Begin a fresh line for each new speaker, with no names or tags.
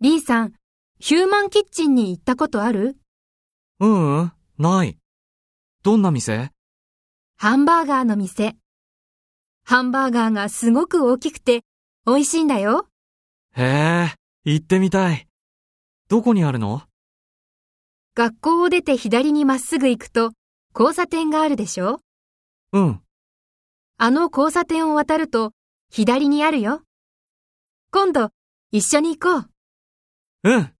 B さん、ヒューマンキッチンに行ったことある
ううん、ない。どんな店
ハンバーガーの店。ハンバーガーがすごく大きくて美味しいんだよ。
へえ、行ってみたい。どこにあるの
学校を出て左にまっすぐ行くと交差点があるでしょ
うん、
あの交差点を渡ると左にあるよ。今度、一緒に行こう。
うん。